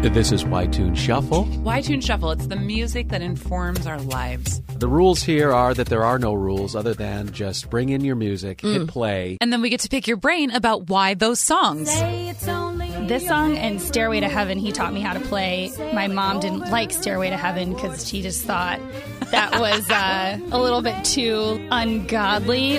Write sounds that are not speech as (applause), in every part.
This is Ytune Shuffle. Why Tune Shuffle? It's the music that informs our lives. The rules here are that there are no rules other than just bring in your music, hit play. Mm. And then we get to pick your brain about why those songs. This song and Stairway to Heaven, he taught me how to play. My mom didn't like Stairway to Heaven because she just thought that was uh, a little bit too ungodly.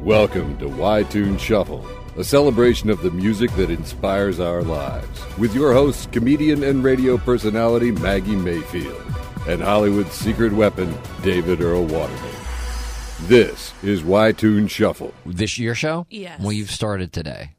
Welcome to Why Tune Shuffle, a celebration of the music that inspires our lives, with your hosts, comedian and radio personality Maggie Mayfield, and Hollywood's secret weapon, David Earl Waterman. This is Why Tune Shuffle. This your show? Yes. Well, you've started today.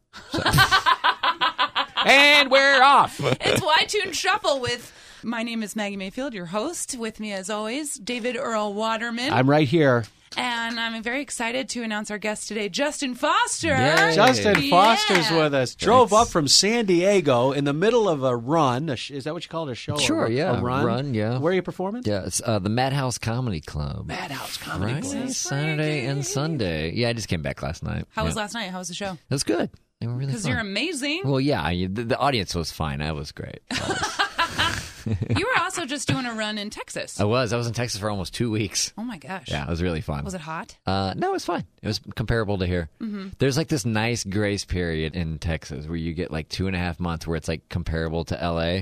And we're off. It's Why Tune Shuffle with my name is Maggie Mayfield, your host. With me, as always, David Earl Waterman. I'm right here. and I'm very excited to announce our guest today, Justin Foster. Yay. Justin Yeah. Foster's with us. Drove up from San Diego in the middle of a run. A sh- is that what you call it? A show? Sure, A- yeah. A run? Run, yeah. Where are you performing? Yeah, it's uh, the Madhouse Comedy Club. Madhouse Comedy Right? Club. Saturday and Sunday. Yeah, I just came back last night. How was yeah. last night? How was the show? It was good. They were really Because fun. you're amazing. Well, yeah, you, the, the audience was fine. I was great. you were also just doing a run in Texas. I was. I was in Texas for almost two weeks. Oh my gosh. Oh. Yeah, it was really fun. Was it Mm-hmm. hot? Uh, no, it was fine. It was comparable to here. There's like this nice grace period in Texas where you get like two and a half months where it's like comparable to LA,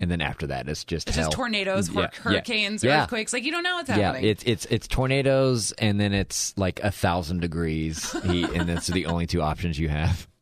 and then after that it's just Mm. It's hell. just tornadoes, Yeah, hur- hurricanes, yeah. earthquakes. Like you don't know what's Yeah, happening. it's it's it's tornadoes, and then it's like a thousand degrees heat, and that's the only two options you have. (laughs)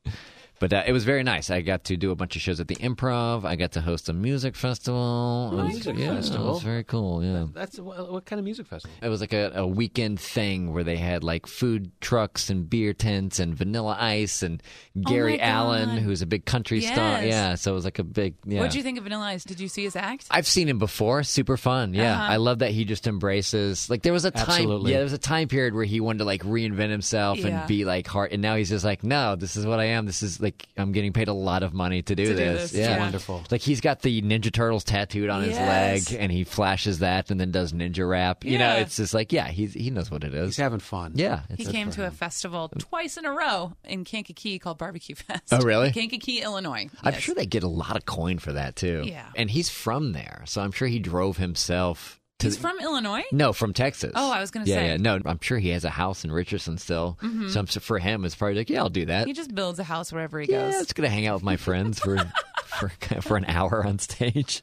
But uh, it was very nice. I got to do a bunch of shows at the Improv. I got to host a music festival. It was- Music yeah, it festival. was very cool. Yeah. That's what, what kind of music festival? It was like a, a weekend thing where they had like food trucks and beer tents and Vanilla Ice and Gary Oh God. Allen, who's a big country star. Yes. Yeah, so it was like a big. Yeah. What'd you think of Vanilla Ice? Did you see his act? I've seen him before. Super fun. Yeah, Uh-huh. I love that he just embraces. Like there was a time. Absolutely. Yeah, there was a time period where he wanted to like reinvent himself Yeah. and be like hard, and now he's just like, no, this is what I am. This is like I'm getting paid a lot of money to do, To do this. this, yeah. Wonderful. Like he's got the Ninja Turtles tattooed on Yes. his leg, and he flashes that, and then does ninja rap. You Yeah. know, it's just like, yeah, he he knows what it is. He's having fun. yeah, it's He came to a festival twice in a row in Kankakee called Barbecue (laughs) Fest. Oh, really? Kankakee, Illinois. I'm Yes. sure they get a lot of coin for that too. Yeah. and he's from there, so I'm sure he drove himself. To He's from Illinois? No, from Texas. Oh, I was gonna yeah, say. Yeah, no, I'm sure he has a house in Richardson still. So I'm, su- for him, it's probably like, yeah, I'll do that. He just builds a house wherever he yeah, goes. it's gonna hang out with my (laughs) friends for for for an hour on stage,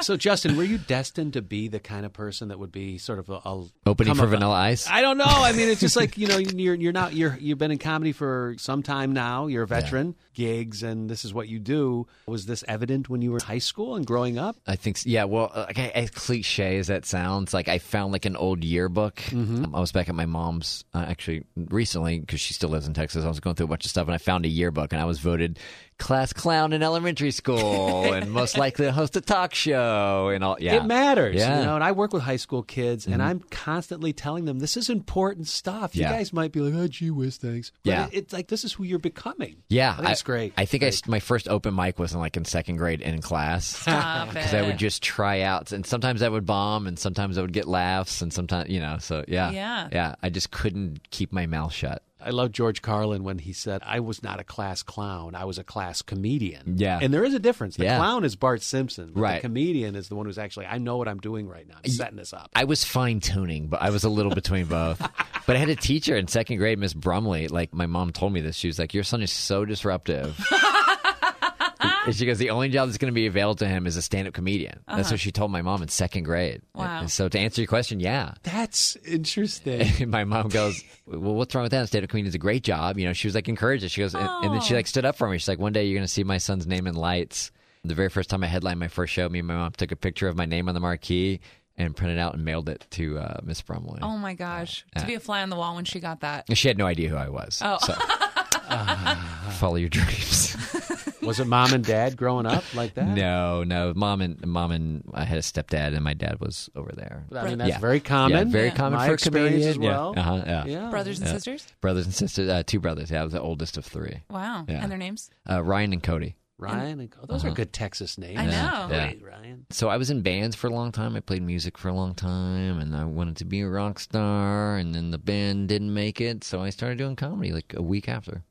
So, Justin, were you destined to be the kind of person that would be sort of a, a opening come for up- Vanilla Ice. I don't know. I mean, it's just like you know, you're you're not you're you've been in comedy for some time now. You're a veteran, gigs, and this is what you do. Was this evident when you were in high school and growing up? I think, so. yeah. Well, uh, like, I- as cliche as that sounds, like I found like an old yearbook. Mm-hmm. Um, I was back at my mom's uh, actually recently because she still lives in Texas. I was going through a bunch of stuff and I found a yearbook and I was voted class clown in (laughs) elementary school and most likely to host a talk show and all. Yeah, It matters, Yeah. Mm-hmm. you know. And I work with high school kids, and I'm constantly telling them this is important stuff. Yeah. You guys might be like, "Oh, gee whiz, thanks." But Yeah. it- it's like this is who you're becoming. Yeah, I think it's great. I think I Great. s my first open mic was in like in second grade in class. (laughs) Stop it. Because I would just try out, and sometimes I would bomb, and sometimes I would get laughs, and sometimes you know. So yeah, Yeah. yeah. I just couldn't keep my mouth shut. I love George Carlin when he said, I was not a class clown. I was a class comedian. Yeah. And there is a difference. The Yeah. clown is Bart Simpson. but The Right. comedian is the one who's actually, I know what I'm doing right now. I'm setting this up. I was fine tuning, but I was a little (laughs) between both. But I had a teacher in second grade, Miss Brumley. Like my mom told me this. She was like, "Your son is (laughs) so disruptive." and she goes, "The only job that's going to be available to him is a stand-up comedian." That's what she told my mom in second grade. Uh-huh. Wow. And so to answer your question, yeah, That's interesting. (laughs) And my mom goes, "Well, what's wrong with that? State of comedian is a great job." You know, she was like encouraged. it. She goes, and, and then she like stood up for me. She's like, "One day you're going to see my son's name in lights." The very first time I headlined my first show, me and my mom took a picture of my name on the marquee and printed out and mailed it to uh, Miss Brumley. Oh my gosh. To be a fly on the wall when she got that. And She had no idea who I was. Oh. (laughs) so- follow your dreams. (laughs) was it mom and dad growing up like that? no, no, mom and mom and I had a stepdad, and my dad was over there. I mean, that's Yeah. very common. Yeah, very common My for a experience comedian. as well. Yeah. Uh-huh, yeah. Yeah. Brothers and sisters? Brothers and sisters, uh, two brothers. Yeah, I was the oldest of three. Wow. Yeah. And their names? Uh, Ryan and Cody. Ryan and oh, those are good Texas names. I know. Uh-huh. Yeah. Hey, Ryan. So I was in bands for a long time. I played music for a long time, and I wanted to be a rock star. And then the band didn't make it, so I started doing comedy like a week after.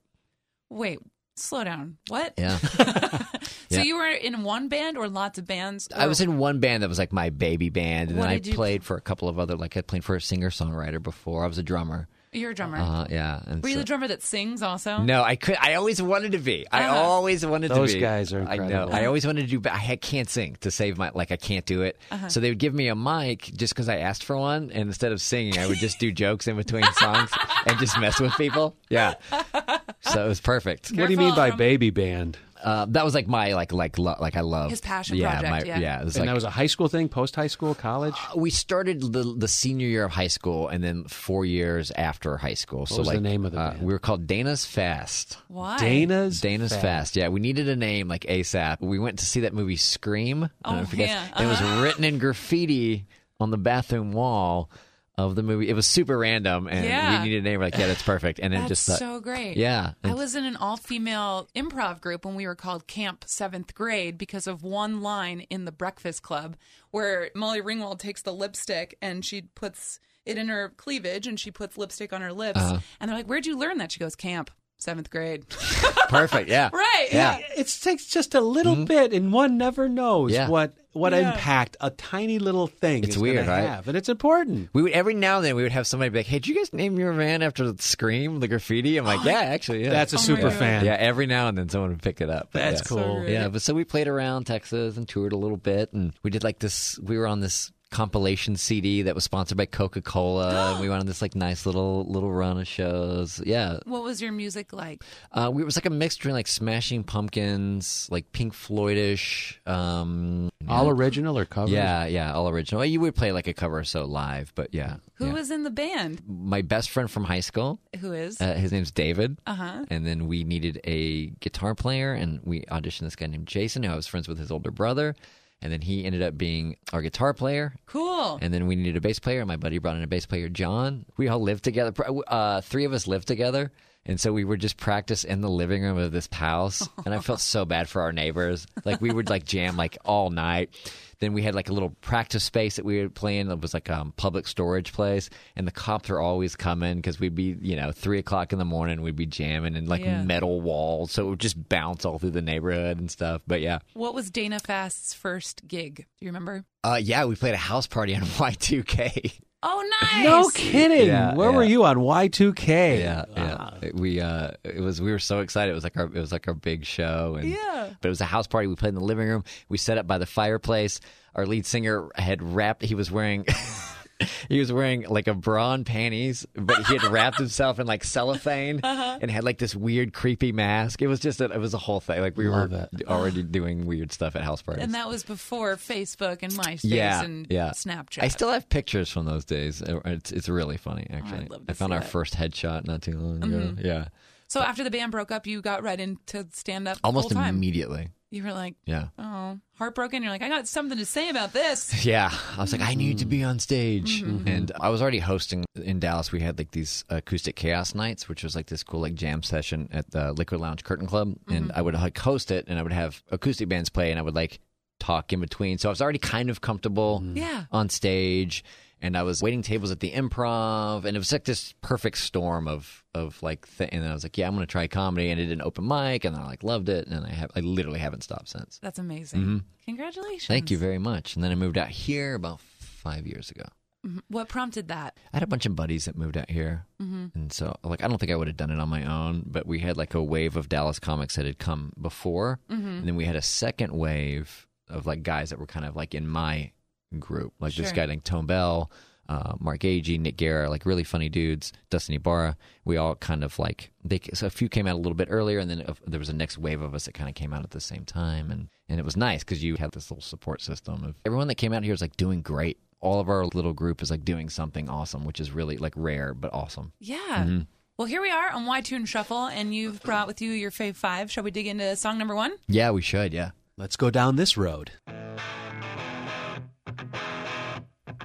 Wait. slow down. What? (laughs) Yeah. So Yeah. you were in one band or lots of bands? Oh, I or- was in one band that was like my baby band, and What then I did you- played for a couple of other. Like I played for a singer songwriter before. I was a drummer. You're a drummer. Uh, yeah. And Were you so- the drummer that sings also? No, I could. I always wanted to be. I Uh-huh. always wanted Those to be. guys are I know. incredible. I always wanted to do, but I had- can't sing to save my. Like I can't do it. Uh-huh. So they would give me a mic just because I asked for one, and instead of singing, I would just (laughs) do jokes in between songs and just mess with people. Yeah. So it was perfect. What do you mean Careful, by um, baby band? Uh, that was like my like like lo- like I love His passion project, yeah. it was and like that was a high school thing, post high school, college. Oh, we started the the senior year of high school, and then four years after high school. so was the like name of the uh, band? we were called Dana's Fast. Why? Dana's Dana's Fast. Yeah, we needed a name like ASAP. We went to see that movie Scream. I don't know Oh, if you guys- yeah. and It was written in graffiti on the bathroom wall of the movie. It was super random, and Yeah. we needed a name. We're like, yeah, that's perfect. And then That's just thought, so great. Yeah. I was in an all female improv group when we were called Camp Seventh Grade because of one line in The Breakfast Club where Molly Ringwald takes the lipstick and she puts it in her cleavage and she puts lipstick on her lips. Uh-huh. And they're like, Where'd you learn that? She goes, Camp, seventh (laughs) grade. perfect. Yeah, (laughs) right. Yeah. It takes just a little bit, and one never knows Mm-hmm. Yeah. what what impact a tiny little thing is It's gonna weird, right? have, and it's important. We would every now and then we would have somebody be like, "Hey, did you guys name your van after Scream, the graffiti?" (gasps) I'm like, "Yeah, actually, yeah." That's a Oh my super God. fan. Yeah, every now and then someone would pick it up. That's Yeah. cool. great. Yeah, but so we played around Texas and toured a little bit, and we did like this. We were on this compilation CD that was sponsored by Coca Cola, and we went on this like nice little little run of shows. Yeah, What was your music like? uh, we, it was like a mix between like Smashing Pumpkins, like Pink Floydish. Um, All original or covers? yeah, yeah, all original. Well, You would play like a cover or so live, but yeah. Who yeah. was in the band? my best friend from high school? Who is? Uh, his name's David. And then we needed a guitar player, and we auditioned this guy named Jason, who I was friends with his older brother. And then he ended up being our guitar player. cool. And then we needed a bass player, and my buddy brought in a bass player, John. We all lived together. Pro- Uh, three of us lived together. And so we would just practice in the living room of this house. And I felt so bad for our neighbors. Like we would like jam like all night. Then we had like a little practice space that we would play in. It was like a um, public storage place. And the cops were always coming because we'd be, you know, three o'clock in the morning, we'd be jamming and like Yeah. metal walls. So it would just bounce all through the neighborhood and stuff. But yeah. What was Dana Fast's first gig? Do you remember? Uh, yeah, we played a house party on (laughs) Y2K. Oh, nice. No kidding. Yeah, Where were yeah. you on Y2K? Yeah, Ah. yeah. We uh, it was we were so excited. It was like our it was like our big show. And, Yeah. But it was a house party. We played in the living room. We set up by the fireplace. Our lead singer had wrapped. He was wearing. (laughs) He was wearing like a bra and panties, (laughs) but he had wrapped himself in like cellophane Uh-huh. and had like this weird, creepy mask. It was just, a, it was a whole thing. Like we were already doing weird stuff at house parties. And that was before Facebook and MySpace yeah, and yeah. Snapchat. I still have pictures from those days. It's, it's really funny, actually. Oh, love to I found see our that. Mm-hmm. first headshot not too long ago. Yeah. so after the band broke up, you got right into stand up almost full time. immediately. You were like, Yeah. (laughs) oh, heartbroken. You're like, I got something to say about this. Yeah, I was like, I need to Mm-hmm. be on stage, and I was already hosting in Dallas. We had like these acoustic chaos nights, which was like this cool like jam session at the Liquid Lounge Curtain Club, Mm-hmm. and I would like host it, and I would have acoustic bands play, and I would like talk in between. So I was already kind of comfortable Yeah. on stage, and I was waiting tables at the Improv, and it was like this perfect storm of of like, th- and I was like, yeah, I'm gonna try comedy, and I did an open mic, and I like loved it, and I have I literally haven't stopped since. That's amazing. Congratulations. Mm-hmm. Thank you very much. And then I moved out here about five years ago. What prompted that? I had a bunch of buddies that moved out here, and so like I don't think I would have done it on my own. But we had like a wave of Dallas comics that had come before, and then we had a second wave of like guys that were kind of like in my group, like this Sure. guy named Tone Bell, uh, Mark Agee, Nick Guerra, like really funny dudes, Dustin Ibarra. We all kind of like they. So a few came out a little bit earlier, and then uh, there was a next wave of us that kind of came out at the same time, and and it was nice because you had this little support system of everyone that came out here is like doing great. All of our little group is like doing something awesome, which is really like rare but awesome. Yeah. Mm-hmm. Well, here we are on Y Tune Shuffle, and you've brought with you your fave five. Shall we dig into song number one? Yeah, we should. Yeah. Let's go down this road.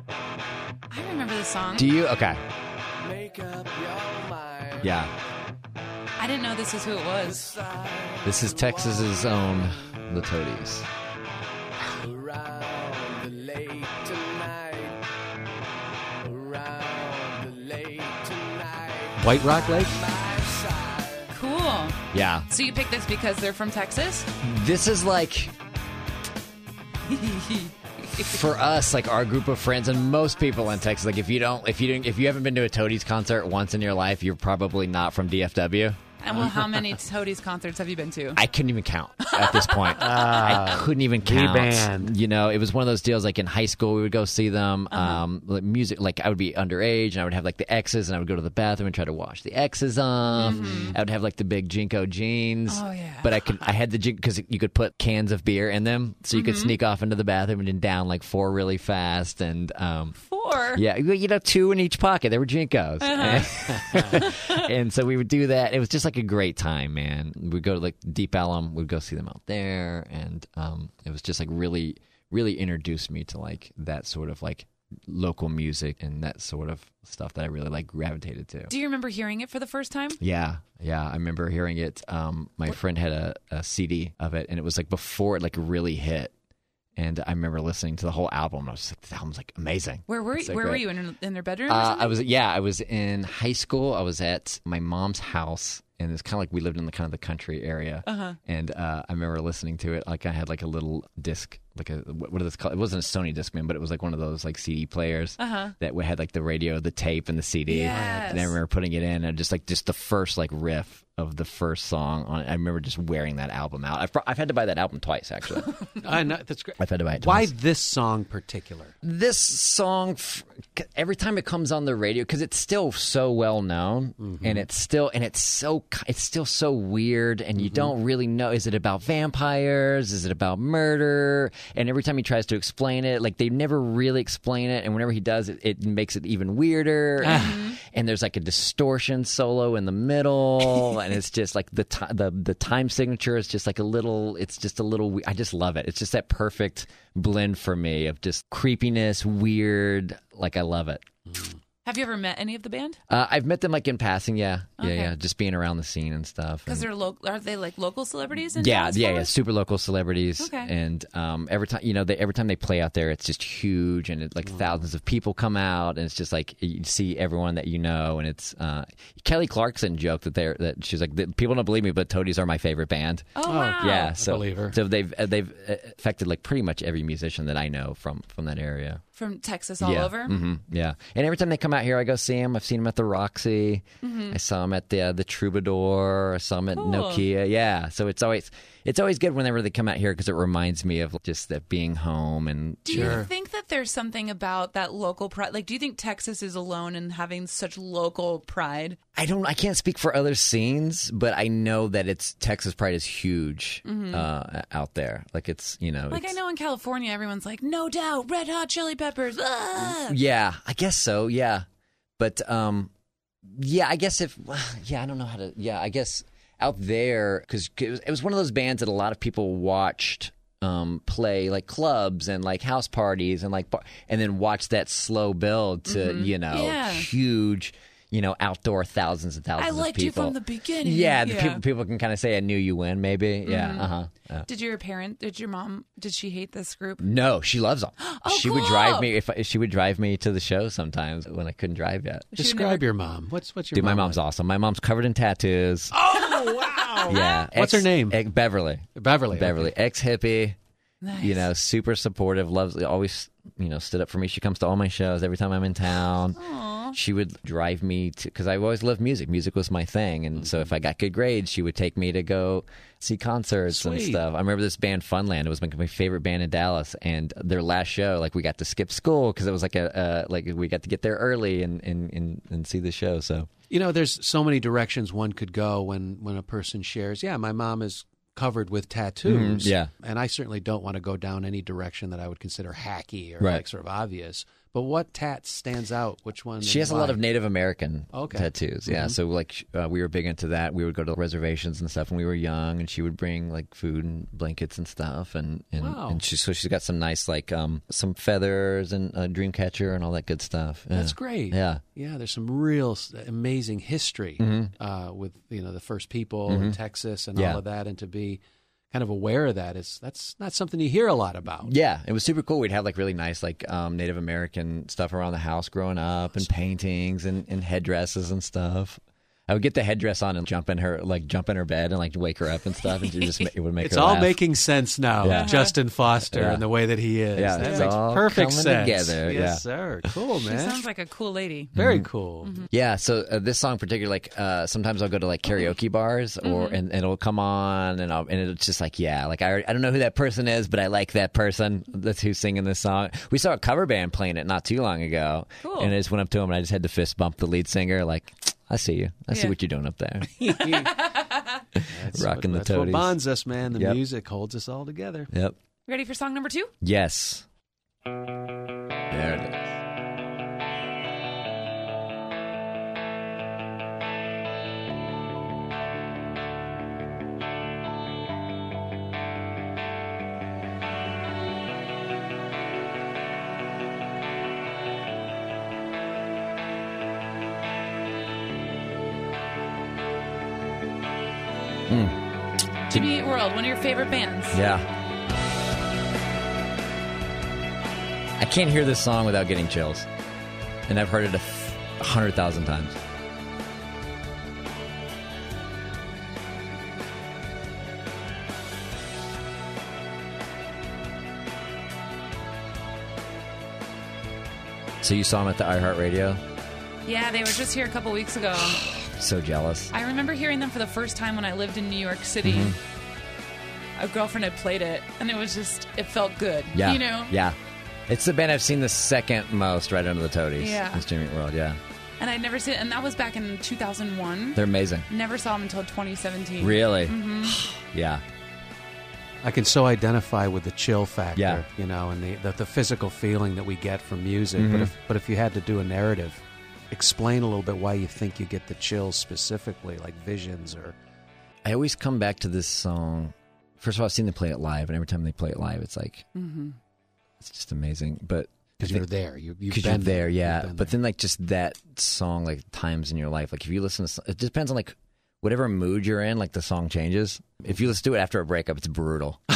I remember this song. Do you? Okay. Yeah. I didn't know this was who it was. This is Texas's own The Toadies. Around the late tonight. Around the late tonight. White Rock Lake? Cool. Oh. Yeah. So you picked this because they're from Texas? This is like for us, like our group of friends and most people in Texas, like if you don't if you don't if you haven't been to a Toadies concert once in your life, you're probably not from DFW. And well, how (laughs) many Toadies concerts have you been to? I couldn't even count at this (laughs) point. I couldn't even count. band. You know, it was one of those deals. Like in high school, we would go see them. Uh-huh. Um, like music, like I would be underage, and I would have like the X's, and I would go to the bathroom and try to wash the X's off. I would have like the big Jinko jeans. Mm-hmm. Oh, yeah. But I could, I had the Jinko because you could put cans of beer in them, so you Mm-hmm. could sneak off into the bathroom and then down like four really fast, and um, Four. (laughs) yeah, well, you know, two in each pocket. They were jinkos, (laughs) and so we would do that. It was just like a great time, man. We'd go to like Deep Ellum. We'd go see them out there, and um, it was just like really, really introduced me to like that sort of like local music and that sort of stuff that I really like gravitated to. Do you remember hearing it for the first time? Yeah, yeah. I remember hearing it. Um, my friend had a, a CD of it, and it was like before it like really hit. And I remember listening to the whole album. And I was just like, "This album's like amazing." Where were you? It's so where were great. you in, in their bedroom? or Uh, something? I was yeah, I was in high school. I was at my mom's house, and it's kind of like we lived in the kind of the country area. Uh-huh. And uh, I remember listening to it. Like I had like a little disc, like a what, what are this called? It wasn't a Sony Discman, but it was like one of those like CD players that we had like the radio, the tape, and the CD. Uh-huh. Yes. And I remember putting it in, and just like just the first like riff of the first song on it. I remember just wearing that album out. I've pro- I've had to buy that album (laughs) twice actually. (laughs) I know, that's great. I've had to buy it. Twice Why this song particular? this song f- c- every time it comes on the radio because it's still so well known and it's still and it's so ki- it's still so weird and you don't really know is it about vampires is it about murder and every time he tries to explain it like they never really explain it and whenever he does it, it makes it even weirder and, and there's like a distortion solo in the middle and it's just like the ti the the time signature is just like a little it's just a little we- I just love it it's just that perfect blend for me of just creepiness, weird. Like I love it. Have you ever met any of the band? Uh, I've met them like in passing, yeah, yeah, Okay. yeah. Just being around the scene and stuff. Because and- they're local. Are they like local celebrities? In yeah, Dallas yeah, Fort yeah. Worth? Super local celebrities, Okay. and um, every time you know, they, every time they play out there, it's just huge, and it, like thousands of people come out, and it's just like you see everyone that you know, and it's uh, Kelly Clarkson joked that they're that she's like "The- people don't believe me, but Toadies are my favorite band. Oh, wow. yeah, so believe her. so they've uh, they've uh, affected like pretty much every musician that I know from from that area. From Texas all yeah. over? hmm yeah. And every time they come out here, I go see them. I've seen them at the Roxy. I saw them at the uh, the Troubadour. I saw them at Mm-hmm. Cool. Nokia. Yeah. So it's always it's always good whenever they come out here because it reminds me of just that being home and Do you think that there's something about that local pride? Like, do you think Texas is alone in having such local pride? I don't. I can't speak for other scenes, but I know that it's Texas Pride is huge uh, out there. Like it's you know Mm-hmm. Like, I it's- know in California, everyone's like, no doubt, red hot chili peppers. ah." Yeah, I guess so. Yeah, but um, yeah, I guess if (sighs) yeah, I don't know how to. Yeah, I guess out there because it was- it was one of those bands that a lot of people watched um play like clubs and like house parties and like bar- and then watched that slow build to you know Mm-hmm. Yeah. huge you know outdoor thousands and thousands I of liked you people from the beginning. Mm-hmm. yeah, the people people can kind of say i knew you when maybe yeah uh-huh Yeah. Did your parent, did your mom, did she hate this group? no she loves (gasps) them she would Oh, drive cool. me if I, she would drive me to the show sometimes when i couldn't drive yet Describe your mom. What's what's your Dude, my mom mom's like? awesome. My mom's covered in tattoos. Oh (laughs) wow! Yeah. What's her name? ex- Beverly. Beverly. Beverly, ex hippie. Nice. You know, super supportive. Loves. Always, you know, stood up for me. She comes to all my shows every time I'm in town. She would drive me to because I always loved music. Music was my thing, and so if I got good grades, she would take me to go see concerts and Sweet. stuff. I remember this band Funland. It was my, my favorite band in Dallas, and their last show, like we got to skip school because it was like a uh, like we got to get there early and and and, and see the show. So You know, there's so many directions one could go when when a person shares. Yeah, my mom is covered with tattoos. Mhm, yeah. and I certainly don't want to go down any direction that I would consider hacky or Right. like sort of obvious. But what tat stands out? Which one? She and has a lot why? of Native American Okay. Mm-hmm. tattoos. Yeah, so like sh- uh, we were big into that. We would go to reservations and stuff when we were young, and she would bring like food and blankets and stuff. And and, Wow. and she so she's got some nice like um some feathers and a dream catcher and all that good stuff. Yeah. That's great. Yeah. yeah. There's some real s- amazing history uh, with you know the first people in Texas and Mm-hmm. Yeah. all of that, and to be kind of aware of that is that's not something you hear a lot about. Yeah, it was super cool. We'd have like really nice like um, Native American stuff around the house growing up, and paintings and, and headdresses and stuff. I would get the headdress on and jump in her like jump in her bed and like wake her up and stuff, and she just ma- it would (laughs) make It's her all laugh. making sense now. Yeah. Justin Foster Yeah. and the way that he is. Yeah, that it's makes all perfect coming sense. together, Yes, yeah. Mm-hmm. sir. Cool, She man. sounds like Mm-hmm. a cool lady. Very cool. Yeah, so uh, this song particularly, like uh, sometimes I'll go to like Mm-hmm. karaoke bars, or and, and it'll come on, and I'll, and it's just like yeah, like I already- I don't know who that person is, but I like that person. That's who's singing this song. We saw a cover band playing it not too long ago, Cool. and I just went up to him and I just had to fist bump the lead singer, like I see you, I see Yeah. what you're doing up (laughs) there, That's rocking what, the that's what toadies. bonds us, man. The Yep. music holds us all together. Yep. Ready for song number two? Yes. There it is. Jimmy Eat World, one of your favorite bands. Yeah. I can't hear this song without getting chills. And I've heard it a f- a hundred thousand times. So you saw him at the iHeartRadio? Yeah, they were just here a couple weeks ago. So jealous. I remember hearing them for the first time when I lived in New York City. A girlfriend had played it, and it was just, it felt good. Mm-hmm. Yeah. You know? Yeah. It's the band I've seen the second most right under the toadies. Yeah. It's Jimmy Eat World, yeah. And I'd never seen it, and that was back in 2001. They're amazing. Never saw them until 2017. Really? (sighs) Yeah. I can so identify with the chill factor, Yeah. you know, and the, the, the physical feeling that we get from music. Mm-hmm. But if but if you had to do a narrative, explain a little bit why you think you get the chills specifically, like visions or I always come back to this song. First of all, I've seen them play it live, and every time they play it live, it's like, it's just amazing. But because you're there, you, you've because been you're there, You've yeah. been But there. then, like, just that song, like, times in your life, like, if you listen to so- it depends on, like, whatever mood you're in, like, the song changes. If you listen to it after a breakup, it's brutal. (laughs)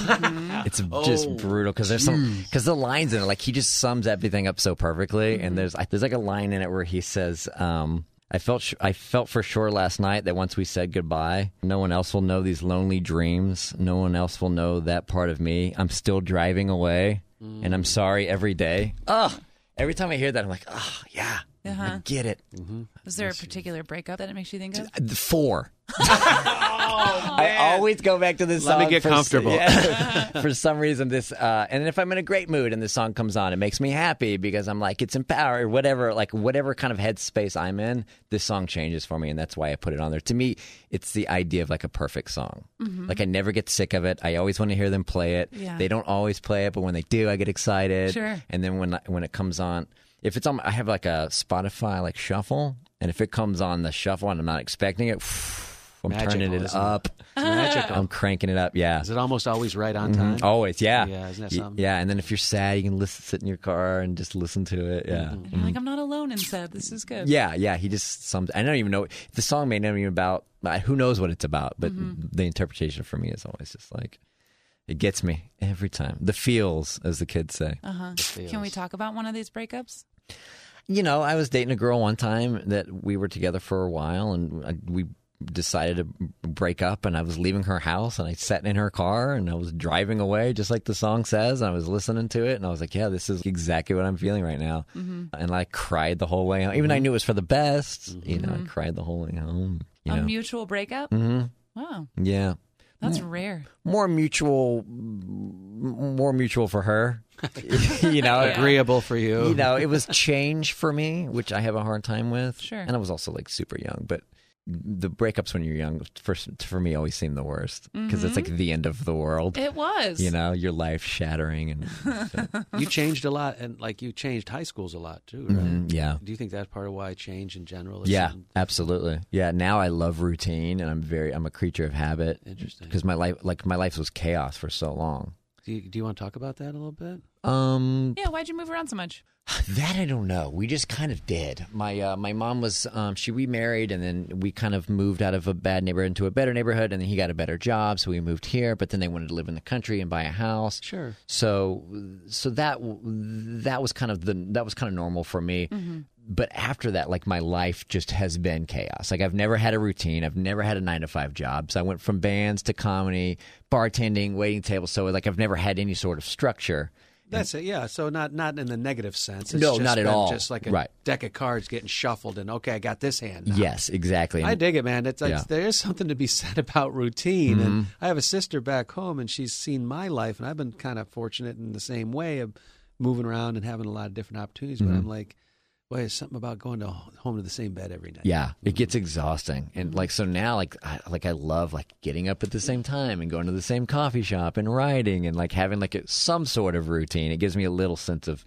Oh, it's just brutal because there's some, because the lines in it, like, he just sums everything up so perfectly. And there's, I- there's like a line in it where he says, um, I felt sh- I felt for sure last night that once we said goodbye, no one else will know these lonely dreams. No one else will know that part of me. I'm still driving away, and I'm sorry every day. Ugh. Every time I hear that, I'm like, oh yeah, I get it. Was there a particular breakup that it makes you think of? The Four. (laughs) I always go back to this Let song. me get for- comfortable. (laughs) yeah. (laughs) for some reason, this uh, and if I'm in a great mood and this song comes on, it makes me happy because I'm like it's empowered. Whatever, like whatever kind of headspace I'm in, this song changes for me, and that's why I put it on there. To me, it's the idea of like a perfect song. Like I never get sick of it. I always want to hear them play it. Yeah. They don't always play it, but when they do, I get excited. Sure. And then when when it comes on, if it's on, I have like a Spotify like shuffle, and if it comes on the shuffle and I'm not expecting it, I'm Magical, turning it isn't it? up. It's magical. (laughs) I'm cranking it up. Yeah. Is it almost always right on Mm-hmm. time? Always, yeah. Yeah, isn't that Y- something? Yeah, and then if you're sad, you can listen, sit in your car and just listen to it. Yeah. Mm-hmm. And you're like, I'm not alone and sad. This is good. Yeah, yeah. He just sums. I don't even know. The song may not even about. uh, Who knows what it's about? But the interpretation for me is always just like, it gets me every time. The feels, as the kids say. Can we talk about one of these breakups? you know, I was dating a girl one time that we were together for a while, and I, we decided to break up. And I was leaving her house, and I sat in her car, and I was driving away, just like the song says. And I was listening to it, and I was like, "Yeah, this is exactly what I'm feeling right now." And I cried the whole way home, even though I knew it was for the best. You know, I cried the whole way home. You A know, mutual breakup? Wow. Mm-hmm. yeah, That's rare. more mutual, more mutual for her. (laughs) you know, Agreeable for you. Oh. you know, (laughs) it was change for me, which I have a hard time with. Sure. And I was also like super young, but the breakups when you're young, for, for me, always seem the worst because it's like the end of the world. Mm-hmm. It was. you know, your life shattering (laughs) and you changed a lot, and like you changed high schools a lot too, right? Mhm, yeah. Do you think that's part of why change in general? Is Yeah, something- absolutely. Yeah, now I love routine, and I'm very I'm a creature of habit. Interesting. Because my life, like my life, was chaos for so long. Do you, do you want to talk about that a little bit? Um, Yeah, why'd you move around so much? That I don't know. We just kind of did. My uh, my mom was um, she remarried and then we kind of moved out of a bad neighborhood into a better neighborhood and then he got a better job so we moved here. But then they wanted to live in the country and buy a house. Sure. Mm-hmm. So so that that was kind of the that was kind of normal for me. But after that, like my life just has been chaos. Like I've never had a routine. I've never had a nine to five job. So I went from bands to comedy, bartending, waiting tables. So like I've never had any sort of structure. That's it. Yeah. So not not in the negative sense. It's No, just not at been all. Just like a Right. deck of cards getting shuffled, and okay, I got this hand. now. Yes, exactly. I And- dig it, man. It's like Yeah. Mm-hmm. there is something to be (laughs) said about routine. And I have a sister back home, and she's seen my life, and I've been kind of fortunate in the same way of moving around and having a lot of different opportunities. Mm-hmm. But I'm like, boy, there's something about going to home to the same bed every night. Yeah, it gets exhausting, and like so now, like I, like I love like getting up at the same time and going to the same coffee shop and writing and like having like a, some sort of routine. It gives me a little sense of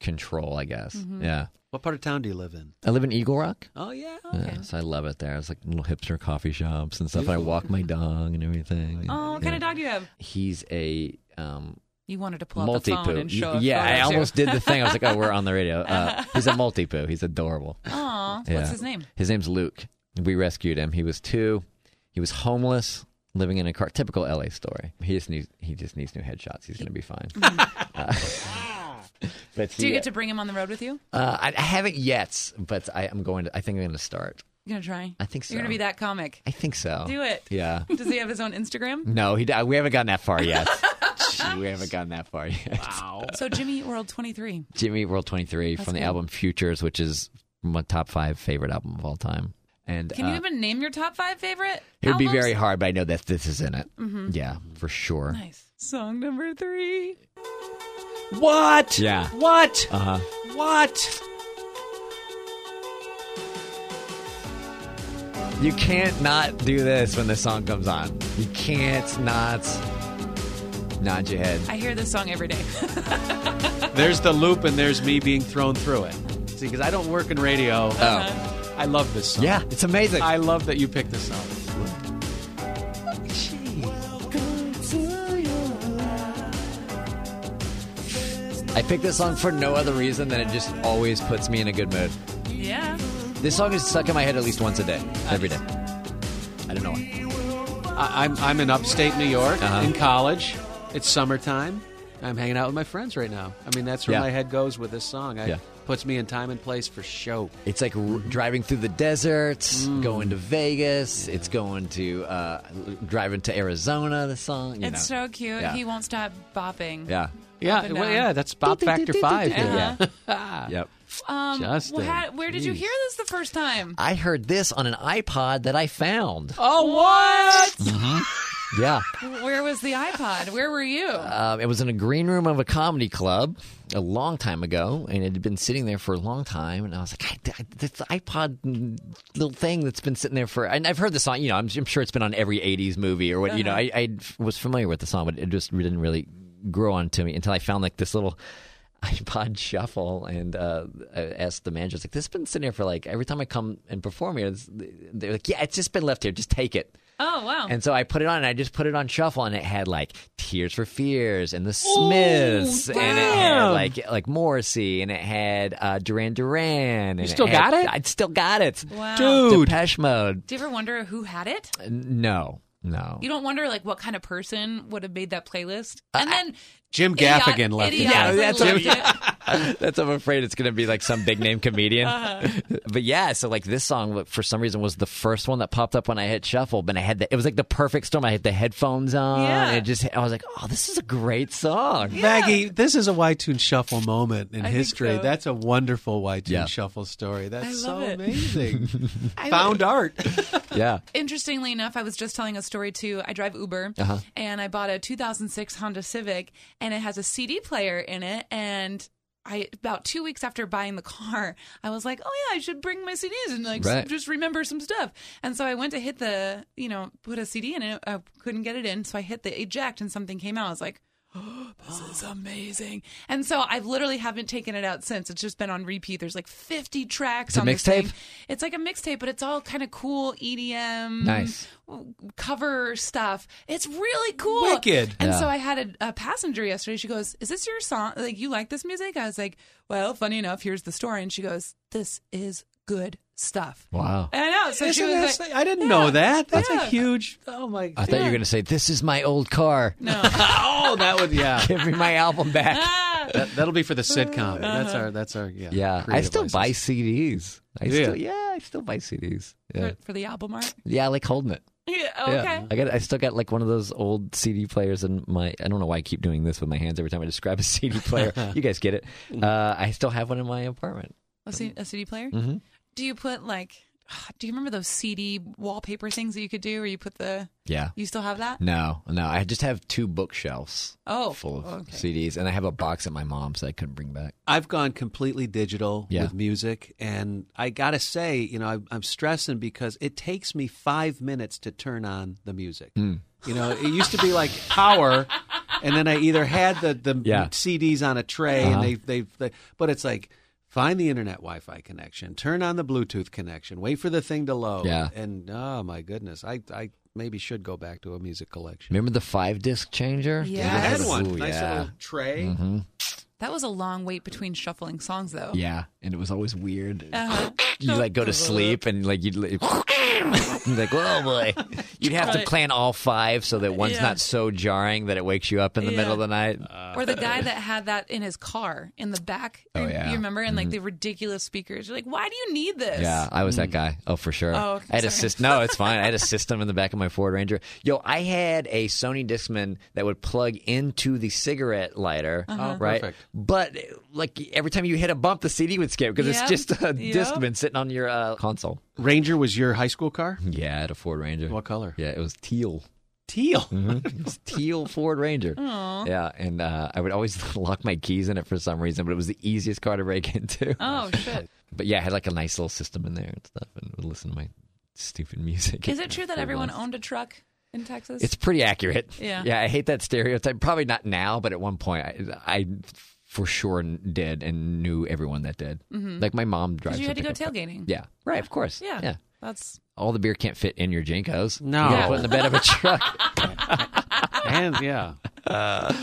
control, I guess. Mm-hmm. Yeah, What part of town do you live in? I live in Eagle Rock, Oh (laughs) yeah. yeah, so I love it there. It's like little hipster coffee shops and stuff. (laughs) And I walk my dog and everything. Oh, what kind of dog do you have? He's a um, You wanted to pull out the multi phone poo. and show. a Yeah, photo, I too. almost did the thing. I was like, oh, we're on the (laughs) radio. Uh, he's a multi poo. He's adorable. (laughs) Aw, Yeah. what's his name? His name's Luke. We rescued him. He was two. He was homeless, living in a car. Typical LA story. He just needs he just needs new headshots. He's gonna (laughs) be fine. Uh, (laughs) but Mm-hmm. Do you he- get to bring him on the road with you? Uh, I, I haven't yet, but I, I'm going to. I think I'm going to start. You gonna try? I think You're so. gonna be that comic. I think so. Do it. Yeah. Does he have his own (laughs) Instagram? No, he. di- We haven't gotten that far (laughs) yet. Gee, we haven't gotten that far yet. So Jimmy Eat World 23. (laughs) Jimmy Eat World 23 from the cool. album Futures, which is my top five favorite album of all time. And Can you uh, even name your top five favorite? It would albums? be Mm-hmm. very hard, but I know that this is in it. Yeah, for sure. nice. Song number three. What? Yeah. What? Uh-huh. What? You can't not do this when the song comes on. You can't not nod your head. I hear this song every day. (laughs) There's the loop, and there's me being thrown through it. See, because I don't work in radio. Oh, I love this song. yeah, it's amazing. I love that you picked this song. I picked this song for no other reason than it just always puts me in a good mood. yeah. This song is stuck in my head at least once a day, every day. I don't know why. I, I'm, I'm in upstate New York in college. It's summertime. I'm hanging out with my friends right now. I mean, that's where Yeah. my head goes with this song. I, Yeah. Puts me in time and place for show. It's like r- driving through the desert, Mm. going to Vegas. It's going to uh, driving to Arizona. The song, you It's know. so cute. Yeah. He won't stop bopping. yeah, Yeah, Up and well, down. yeah, that's Bob Factor Five. here. yeah, Uh-huh. yep. Um, Justin, well, how- where did you jeez. hear this the first time? I heard this on an iPod that I found. Oh, what? Oh. Yeah. (laughs) Where was the iPod? Where were you? Um, it was in a green room of a comedy club a long time ago, and it had been sitting there for a long time. And I was like, I, I, this iPod little thing that's been sitting there for. And I've heard the song, you know, I'm, I'm sure it's been on every 80s movie or what, you know, I, I was familiar with the song, but it just didn't really grow onto me until I found like this little (laughs) iPod shuffle and uh, I asked the manager, I was like, this has been sitting here for like every time I come and perform here. It's, they're like, yeah, it's just been left here. Just take it. oh wow. And so I put it on, and I just put it on shuffle, and it had like Tears for Fears and the Smiths, and it had damn. like like Morrissey, and it had uh, Duran Duran. And you still got it? I still got it. wow. Dude. Depeche Mode. Do you ever wonder who had it? No, no. You don't wonder like what kind of person would have made that playlist? Uh, And then Jim idiot- Gaffigan left it. idiotically Yeah, that's what- left it. That's I'm afraid it's gonna be like some big name (laughs) comedian. Uh-huh. But yeah, so like this song like, for some reason was the first one that popped up when I hit shuffle, but I had the, it was like the perfect storm. I had the headphones on, Yeah. and it just I was like, oh, this is a great song. Maggie, this is a Y Tune Shuffle moment in I think history. so. That's a wonderful Y Tune Yeah. Shuffle story. That's I so love it. amazing. (laughs) I- Found (laughs) art. Yeah. Interestingly enough, I was just telling a story too. I drive Uber Uh-huh. and I bought a 2006 Honda Civic and it has a CD player in it. And I, about two weeks after buying the car, I was like, oh yeah, I should bring my CDs and like s- Right. just remember some stuff. And so I went to hit the, you know, put a CD in it. I couldn't get it in. So I hit the eject and something came out. I was like, (gasps) this is amazing. And so I literally haven't taken it out since. It's just been on repeat. There's like 50 tracks a on this mixtape? thing. It's like a mixtape, but it's all kind of cool EDM Nice. w- cover stuff. It's really cool. Wicked. And Yeah. so I had a, a passenger yesterday. She goes, "Is this your song? Like you like this music?" I was like, "Well, funny enough, here's the story." And she goes, "This is good stuff." Wow. And I know. So she Isn't that was sa- like, I didn't yeah, know that. That's yeah. a huge. Oh my. I thought (laughs) you were going to say, This is my old car. No. Oh, that would yeah. (laughs) Give me my album back. Ah, That, that'll be for the sitcom. That's Uh-huh. our. That's our. Yeah. Yeah, I creative still license. buy CDs. I Do still, you? yeah, I still buy CDs. Yeah, for, for the album art. yeah, I like holding it. Yeah, (laughs) Yeah, I got. I still got like one of those old CD players in my. I don't know why I keep doing this with my hands every time I describe a (laughs) CD player. you guys get it. Uh, I still have one in my apartment. A, C- a CD player? Mhm. Do you put like, (sighs) do you remember those CD wallpaper things that you could do where you put the, Yeah. you still have that? No, no. I just have two bookshelves Oh, Mm, full of okay. CDs, and I have a box at my mom's that I couldn't bring back. I've gone completely digital Yeah. with music, and I gotta say, you know, I'm, I'm stressing because it takes me five minutes to turn on the music. Hmm. You know, it used to be like power, and then I either had the the Yeah. CDs on a tray, Uh-huh. and they they they, but it's like. Find the internet Wi-Fi connection. Turn on the Bluetooth connection. Wait for the thing to load. Yeah. And oh my goodness, I, I maybe should go back to a music collection. Remember the five disc changer? Yeah. I had Yes. one. Ooh, nice yeah. Mm-hmm. little tray. That was a long wait between shuffling songs though. Yeah, and it was always weird. Uh-huh. You like go to sleep and like (laughs) you'd like, like oh boy, you'd have to Right. plan all five so that one's Yeah. not so jarring that it wakes you up in the middle Yeah. Uh, of the night. Or the guy that had that in his car in the back. Oh, You- yeah. You remember? And like the ridiculous speakers. You're like, why do you need this? Yeah, I was that guy. Oh, for sure. mm. Oh, okay, I had a sorry. system. No, it's fine. I had a system in the back of my Ford Ranger. Yo, I had a Sony Discman that would plug into the cigarette lighter, Uh-huh. right? Oh, perfect. But like every time you hit a bump, the CD would skip because Yep, it's just a yep. Discman sitting on your uh, console. Ranger was your high school car? Yeah, I had a Ford Ranger. What color? Mm-hmm. Yeah, Mm-hmm. it was teal. Teal. It was teal (laughs) Ford Ranger. Yeah, and uh, I would always (laughs) lock my keys in it for some reason, but it was the easiest car to break (laughs) into. Oh shit. But yeah, I had like a nice little system in there and stuff, and would listen to my stupid (laughs) music. Is it true that for everyone months. owned a truck in Texas? It's pretty accurate. (laughs) Yeah. yeah. I hate that stereotype. Probably not now, but at one point, I, I for sure did and knew everyone that did. Like my mom because drives. Mm-hmm. you a had to go pickup truck. tailgating. Yeah, right. Of course. Yeah. yeah. That's All the beer can't fit in your jinkos. No. you gotta put in the (laughs) bed of a truck. and yeah. well,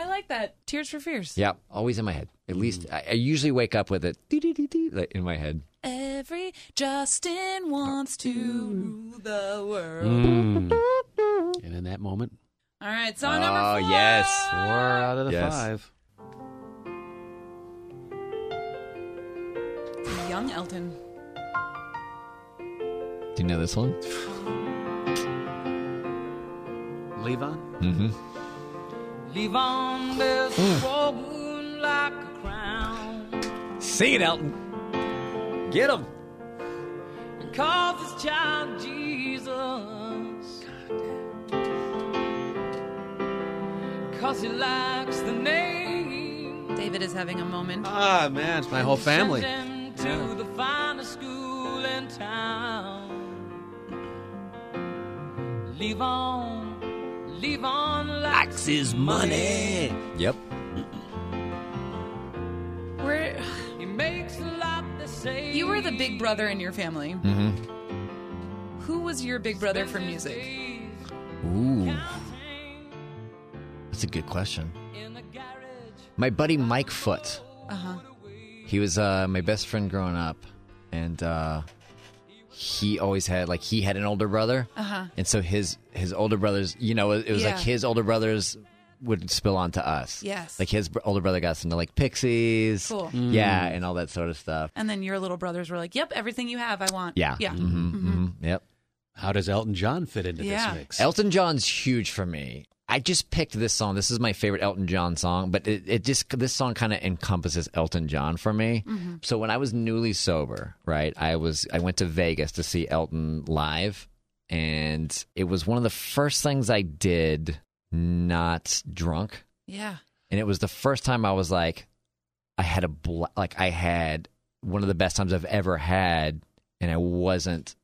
I like that. Tears for Fears. yeah, always in my head. At least I, I usually wake up with it dee-dee-dee-dee, like, in my head. Every Justin wants to rule the world. Mm. And in that moment, All right, song number Oh, four. yes. four out of the Yes. five. Young Elton. Do you know this one? Levon? Mm-hmm. Leave on this Mm. woman like a crown. Sing it, Elton. Get him. And call this child Jesus. Cause he likes the name. David is having a moment. Ah, man, it's my whole family. Send him to the finest school in town. Leave on, leave on likes his money. Yep. We're, He makes a lot the same. you were the big brother in your family. Mm-hmm. Who was your big brother for music? Ooh, that's a good question. My buddy Mike Foot. Uh huh. He was uh, my best friend growing up, and uh, he always had like he had an older brother, uh-huh. and so his his older brothers, you know, it, was Yeah. like his older brothers would spill onto us. Yes. like his br- older brother got us into like Pixies, Cool. yeah, and all that sort of stuff. And then your little brothers were like, "Yep, everything you have, I want." Yeah, yeah. Mm-hmm. hmm yep. How does Elton John fit into Yeah. this mix? Elton John's huge for me. I just picked this song. This is my favorite Elton John song, but it, it just this song kind of encompasses Elton John for me. So when I was newly sober, right, I was I went to Vegas to see Elton live, and it was one of the first things I did not drunk, Yeah. and it was the first time I was like, I had a bla- like I had one of the best times I've ever had, and I wasn't,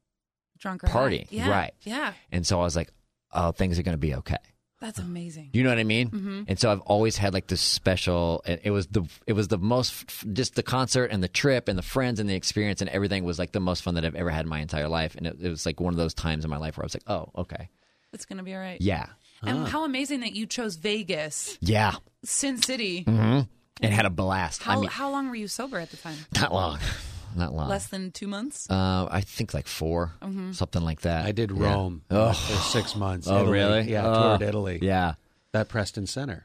Drunk or high. Party, Yeah. right. Yeah. and so I was like, oh, things are gonna be okay. That's amazing. You know what I mean? Mm-hmm. And so I've always had like this special. It, it was the it was the most f- just the concert and the trip and the friends and the experience and everything was like the most fun that I've ever had in my entire life. And it, it was like one of those times in my life where I was like, oh, okay, It's gonna be all right. yeah, Ah. And how amazing that you chose Vegas, yeah, Sin City. mm-hmm. and had a blast. How I mean, how long were you sober at the time? not long, (laughs) not long. Less Mm-hmm. than two months. Uh, I think like 4 something like that. I did Yeah. Rome Oh. for six months. Oh, Italy. really? Yeah, Oh. toured Italy. Yeah. Mm. that Preston Center.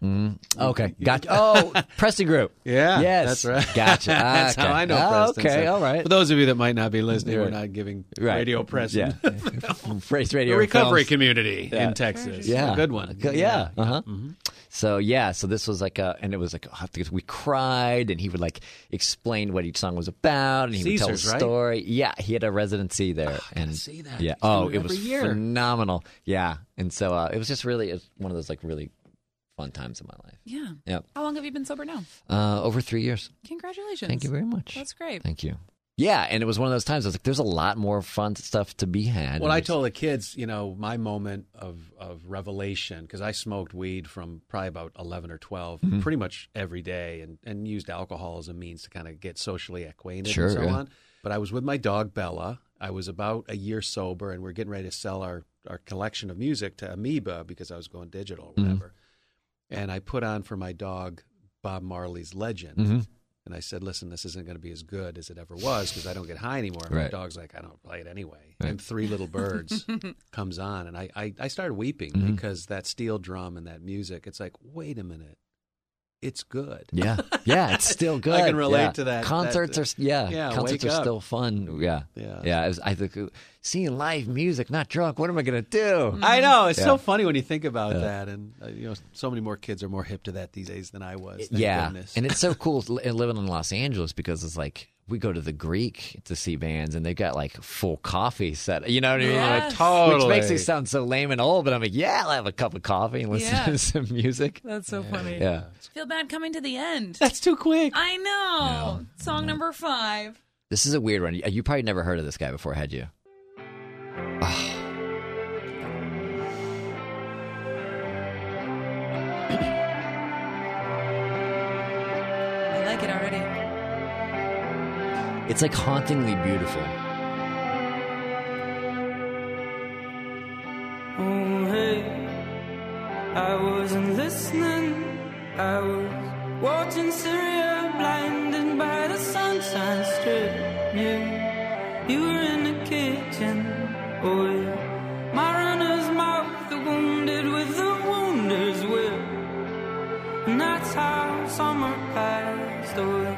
Okay, gotcha. Oh, Preston Group. (laughs) Yeah, yes, that's right. (laughs) Gotcha. that's Okay. how I know. Oh, Preston okay, Center. all right. For those of you that might not be listening, we're Right. not giving Right. radio Preston. (laughs) Yeah. Phrase radio The recovery films. community Yeah. in Texas. Yeah, A good one. Mm-hmm. Go- Yeah. Uh huh. So yeah, so this was like a, and it was like oh, because we cried, and he would like explain what each song was about, and he would tell Caesar's, a right? Oh, story. Yeah, he had a residency there, and see that. yeah, He's oh, doing it it was every year. phenomenal. Yeah, and so uh, it was just really it was one of those like really fun times in my life. Yeah. Yep. How long have you been sober now? Uh, over three years. Congratulations. Thank you very much. That's great. Thank you. Yeah, and it was one of those times. I was like, "There's a lot more fun stuff to be had." Well, And I there's- told the kids, you know, my moment of, of revelation, because I smoked weed from probably about 11 or 12, Mm-hmm. pretty much every day, and, and used alcohol as a means to kind of get socially acquainted Sure, and so yeah. on. But I was with my dog, Bella. I was about a year sober, and we're getting ready to sell our, our collection of music to Amoeba because I was going digital Mm-hmm. or whatever. And I put on for my dog Bob Marley's Legend. Mm-hmm. And I said, listen, this isn't going to be as good as it ever was because I don't get high anymore. My Right. dog's like, I don't play it anyway. And Three Little Birds comes on. And I, I, I started weeping Mm-hmm. because that steel drum and that music, it's like, wait a minute, it's good. Yeah, yeah, (laughs) it's still good. can relate yeah. to that- Concerts that- are yeah, yeah, wake concerts are up. still fun. Yeah, Yeah. yeah. I, was, I think seeing live music, not drunk. What am I (laughs) gonna do? I know. It's Yeah. so funny when you think about that. And, uh, you know, so many more kids are more hip to that these days than I was. Thank yeah, goodness. and it's so cool li- living in Los Angeles because it's like we go to the Greek to see bands, and they've got like full coffee set. You know what I mean? Yes. Like, Totally. Which makes me sound so lame and old, but I'm like, yeah, I'll have a cup of coffee and listen Yeah. (laughs) to some music. That's so funny. Yeah. Feel bad coming to the end. That's too quick. I know. Song number five. This is a weird one. You- You probably never heard of this guy before, had you? I like it already. It's like hauntingly beautiful. Oh, hey, I wasn't listening. I was watching Syria, blinded by the sunshine strip. Yeah, you were in the kitchen. Oh, yeah. my runner's mouth, the wounded with the wounder's will. And that's how summer passed away.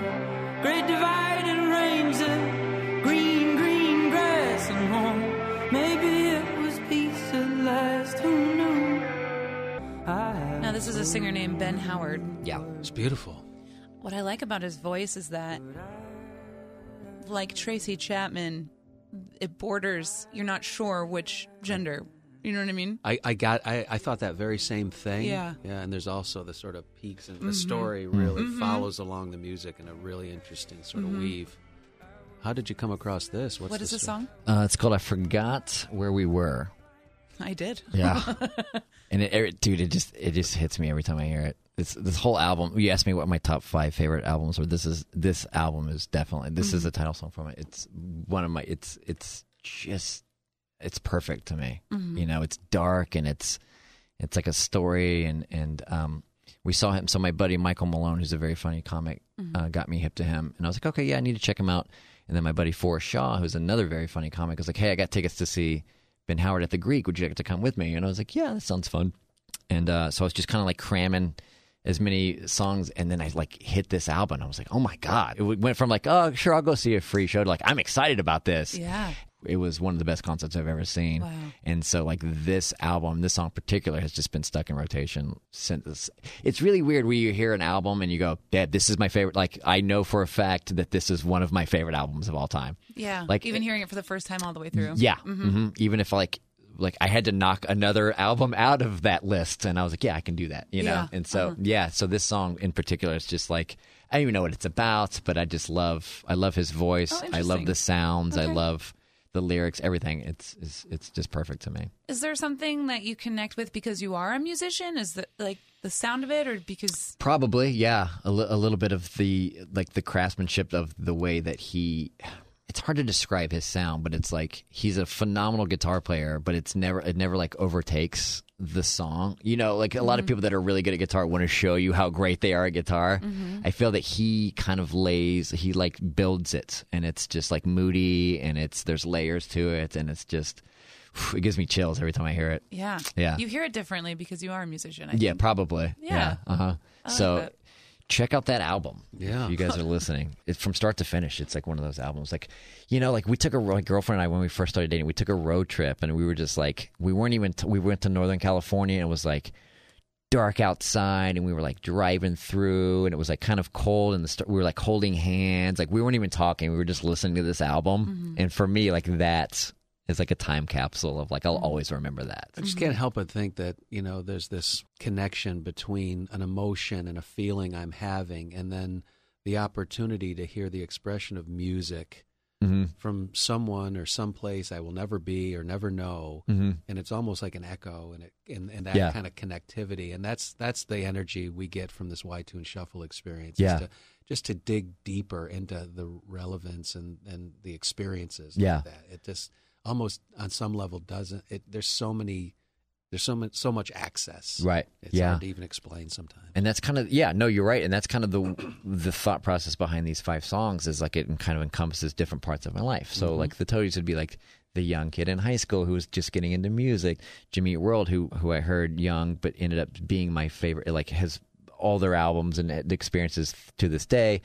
Great divide and range of green, green grass and home. Maybe it was peace at last, who knew? I had Now, this is a singer named Ben Howard. Yeah. It's beautiful. What I like about his voice is that, like Tracy Chapman, it borders, you're not sure which gender. You know what I mean? I, I got I, I thought that very same thing. Yeah. Mm-hmm. Yeah, and there's also the sort of peaks and the story really follows along the music in a really interesting sort of weave. How did you come across this? What's Mm-hmm. what is the this song? Uh, it's called I Forgot Where We Were. I did. Yeah. (laughs) and it, it- dude, it just it just hits me every time I heir it. It's this whole album. You asked me what my top five favorite albums were. This is this album is definitely this is the title song from it. It's one of my. It's it's just it's perfect to me. You know, it's dark and it's it's like a story and and um we saw him so my buddy michael malone who's a very funny comic uh, got me hip to him and i was like okay yeah i need to check him out and then my buddy forrest shaw who's another very funny comic was like hey i got tickets to see ben howard at the greek would you like to come with me and i was like yeah that sounds fun and uh, so i was just kind of like cramming as many songs and then i like hit this album i was like oh my god it went from like oh sure i'll go see a free show to like i'm excited about this Yeah. it was one of the best concerts I've ever seen. Wow. And so, like this album, this song in particular has just been stuck in rotation since. This. It's really weird when you hear an album and you go, "Yeah, this is my favorite." Like I know for a fact that this is one of my favorite albums of all time. Yeah. Like- even hearing it for the first time all the way through. Mm-hmm. Yeah, hmm even if like like I had to knock another album out of that list, and I was like, "Yeah, I can do that," you know. Yeah. Uh-huh. And so, yeah, so this song in particular is just like. I don't even know what it's about, but I just love I love his voice. Oh, I love interesting. the sounds. I love the lyrics, everything. It's, it's it's just perfect to me. Is there something that you connect with because you are a musician? Is that like the sound of it or because Probably, yeah. A li- a little bit of the like the craftsmanship of the way that he. It's hard to describe his sound, but it's like he's a phenomenal guitar player, but it's never it never like overtakes the song. You know, like a lot of people that are really good at guitar want to show you how great they are at guitar. I feel that he kind of lays he like builds it, and it's just like moody, and it's there's layers to it, and it's just it gives me chills every time I hear it. Yeah. Yeah. You hear it differently because you are a musician. I Yeah, think. probably. Yeah. Uh huh. I like So that. check out that album. Yeah. If you guys are listening. It's from start to finish. It's like one of those albums. Like, you know, like we took a ro- my girlfriend and I when we first started dating, we took a road trip and we were just like we weren't even t- we went to Northern California and it was like dark outside and we were like driving through and it was like kind of cold and the st- we were like holding hands like we weren't even talking we were just listening to this album Mm-hmm. and for me like that is like a time capsule of like Mm-hmm. I'll always remember that I just can't help but think that, you know, there's this connection between an emotion and a feeling I'm having and then the opportunity to hear the expression of music Mm-hmm, from someone or someplace I will never be or never know. mm-hmm. And it's almost like an echo and it and, and that Yeah. kind of connectivity. And that's that's the energy we get from this Y Tune Shuffle experience. is Yeah. To, just to dig deeper into the relevance and, and the experiences Yeah. like that. It just almost on some level doesn't it there's so many there's so much so much access. Right. It's Yeah. hard to even explain sometimes. And that's kind of yeah, no, you're right, and that's kind of the the thought process behind these five songs is like it kind of encompasses different parts of my life. So like the Toadies would be like the young kid in high school who was just getting into music, Jimmy Eat World who who I heard young but ended up being my favorite. Like has all their albums and the experiences to this day.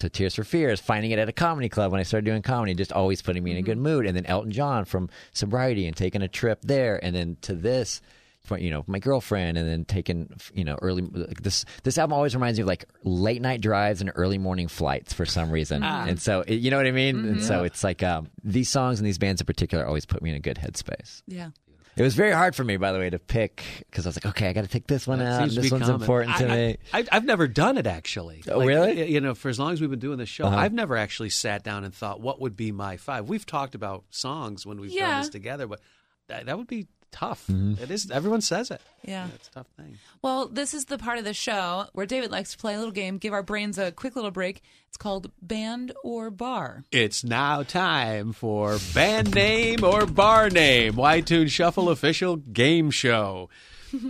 To Tears for Fears, finding it at a comedy club when I started doing comedy, just always putting me in a Mm-hmm. good mood. And then Elton John from Sobriety and taking a trip there, and then to this from, you know my girlfriend and then taking you know early like this this album always reminds me of like late night drives and early morning flights for some reason Ah. and so it, you know what i mean Mm-hmm. and so it's like um, these songs and these bands in particular always put me in a good headspace Yeah. it was very hard for me by the way to pick because i was like okay i gotta take this one That out seems to this be one's common. important to I, me I, have never done it actually. Oh, really? y- You know, for as long as we've been doing this show, Uh-huh. I've never actually sat down and thought what would be my five. We've talked about songs when we've Yeah. done this together, but that, that would be tough. Mm-hmm. It is. Everyone says it. Yeah. It's a tough thing. Well, this is the part of the show where David likes to play a little game, give our brains a quick little break. It's called Band or Bar. It's now time for band name or bar name. Y Tune Shuffle official game show.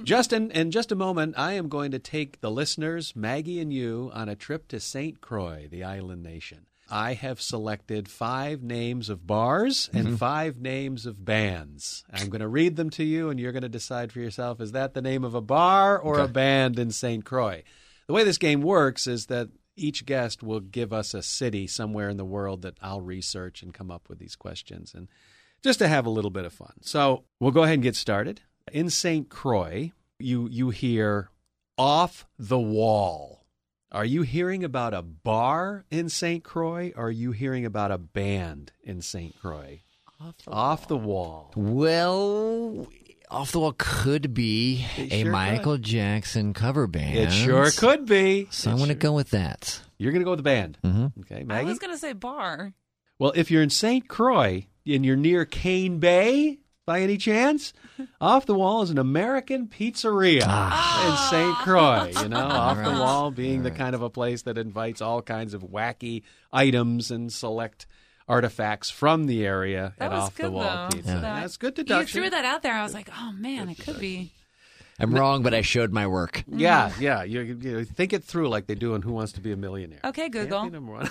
Justin, in just a moment, I am going to take the listeners, Maggie and you, on a trip to St. Croix, the island nation. I have selected five names of bars and five names of bands. I'm going to read them to you, and you're going to decide for yourself is that the name of a bar or a band in St. Croix? The way this game works is that each guest will give us a city somewhere in the world that I'll research and come up with these questions. And just to have a little bit of fun. So we'll go ahead and get started. In St. Croix, you you hear off the wall. Are you hearing about a bar in St. Croix? Or are you hearing about a band in St. Croix? Off the, wall. well off the wall could be It a sure michael jackson cover band It sure could be. so It i'm gonna sure- go with that You're going to go with the band. hmm Okay, I Maggie. was going to say bar. Well, if you're in St. Croix and you're near Cane Bay by any (laughs) chance, off the wall is an American pizzeria in St. Croix. (laughs) You know, off the Ah. right. wall being the kind of a place that invites all kinds of wacky items and select artifacts from the area at That was off the good, wall though. pizza. That- That's good You deduction. threw that out there. I was like, oh man, it could be. i'm wrong but i showed my work (laughs) Yeah, yeah. You, you think it through like they do in Who Wants to Be a Millionaire. Okay, Can't Google. be number one.